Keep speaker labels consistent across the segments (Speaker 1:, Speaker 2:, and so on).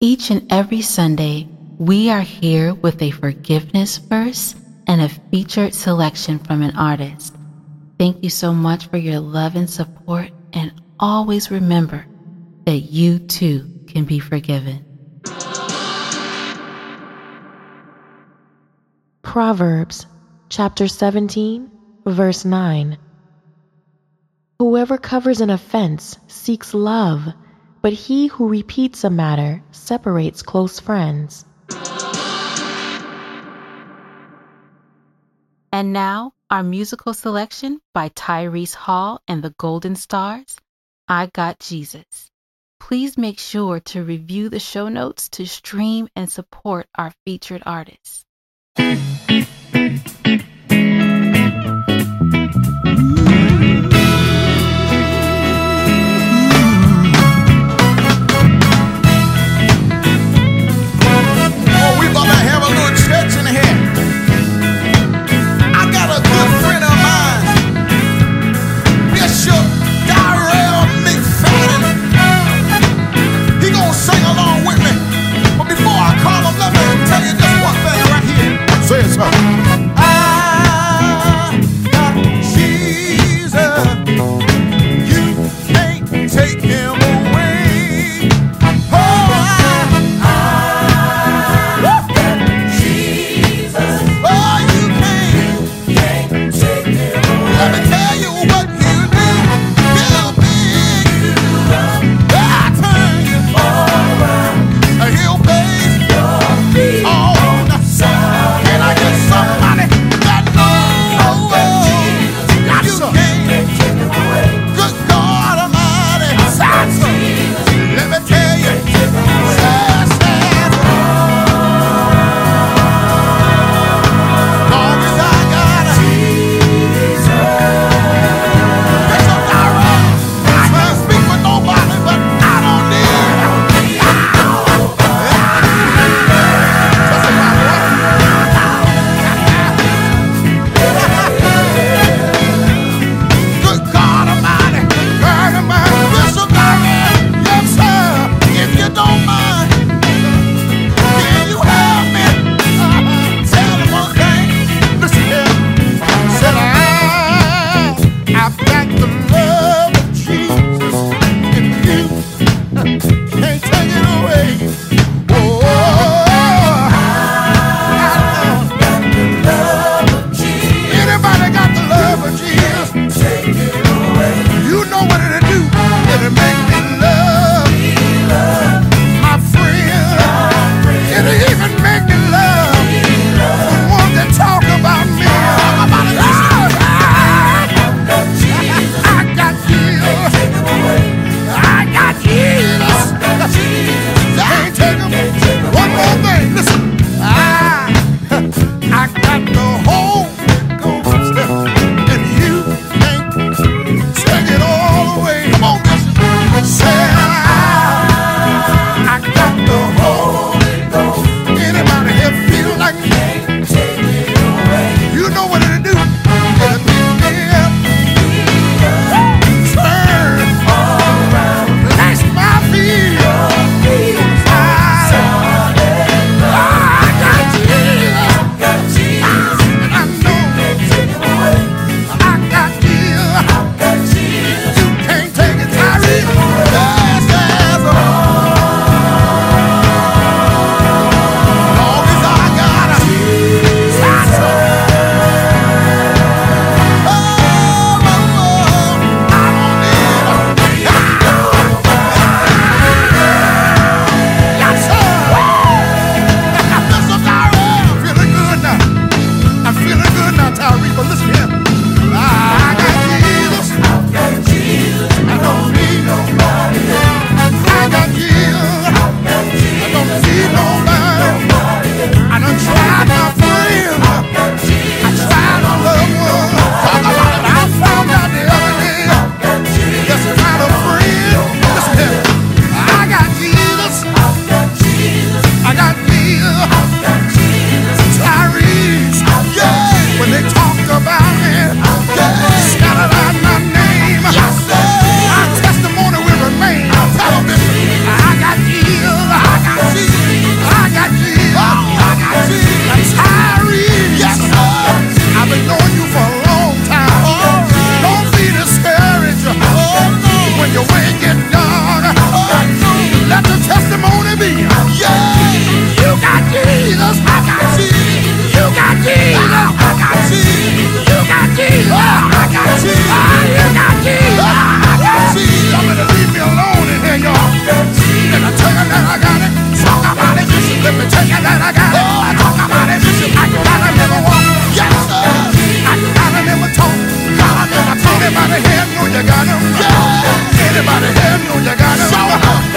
Speaker 1: Each and every Sunday, we are here with a forgiveness verse and a featured selection from an artist. Thank you so much for your love and support, and always remember that you too can be forgiven.
Speaker 2: Proverbs chapter 17, verse 9. Whoever covers an offense seeks love but he who repeats a matter separates close friends.
Speaker 1: And now, our musical selection by Tyrese Hall and the Golden Stars I Got Jesus. Please make sure to review the show notes to stream and support our featured artists.
Speaker 3: Oh, Says her. Oh, Uh, Oh, oh.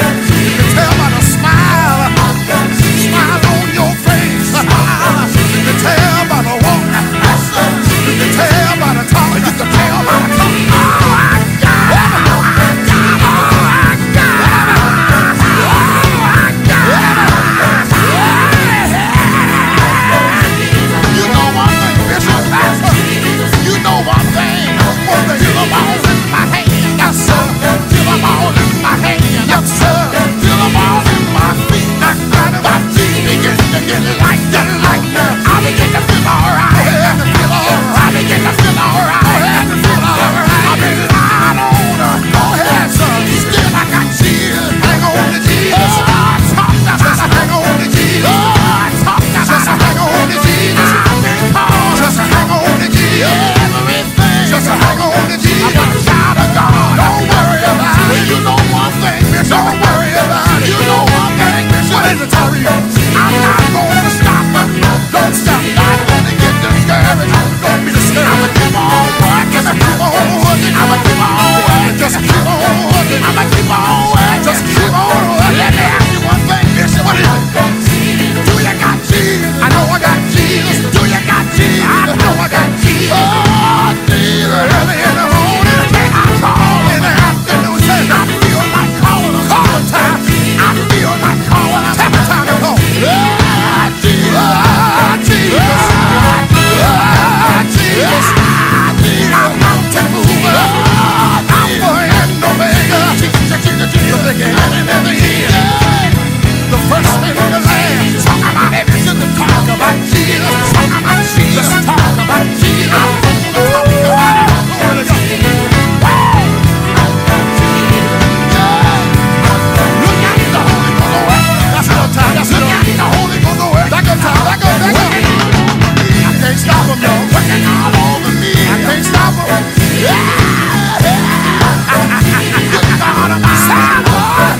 Speaker 3: Oh, You know I'm getting this way to tell you. I'm not going to stop. No, don't stop. I'm going to get them scared. Don't be scared. I'ma keep on working. Keep on working. I'ma keep on working. Just keep on working. I'ma keep on working. Just keep on working. Let me ask you one thing. This is what it is. Do you got Jesus? I know I got Jesus. Do you got Jesus? I know I got Jesus. Oh, Jesus. Early in the morning, I call in the afternoon. Says I feel like calling a call time. I feel like calling a tap time to go. Ah, Jesus. Ah, Jesus. Ah, Jesus. Ah, Jesus. I'm mountain mover. Alpha and Omega. Jesus, Jesus, Jesus. The beginning and the end the first thing in the land. Talk about it, you can talk about Jesus. Talk about Jesus. Talk about Jesus. Talk about it. Talk about it. Hey! Look at the Holy Ghost away. That's no time. That's Look at the Holy Ghost away. Back up, time. Back up, back up. I can't stop him, yo. Working all over me. I can't stop him. Good God on my side, Lord.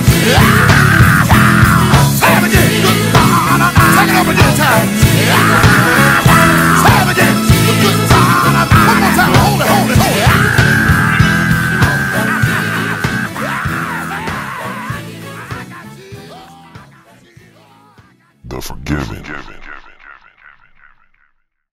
Speaker 3: Say it again. Good God on my Take it up again, time. Say it again. Good God on my One more time. Hold it, hold it, hold it.
Speaker 4: The Forgiven.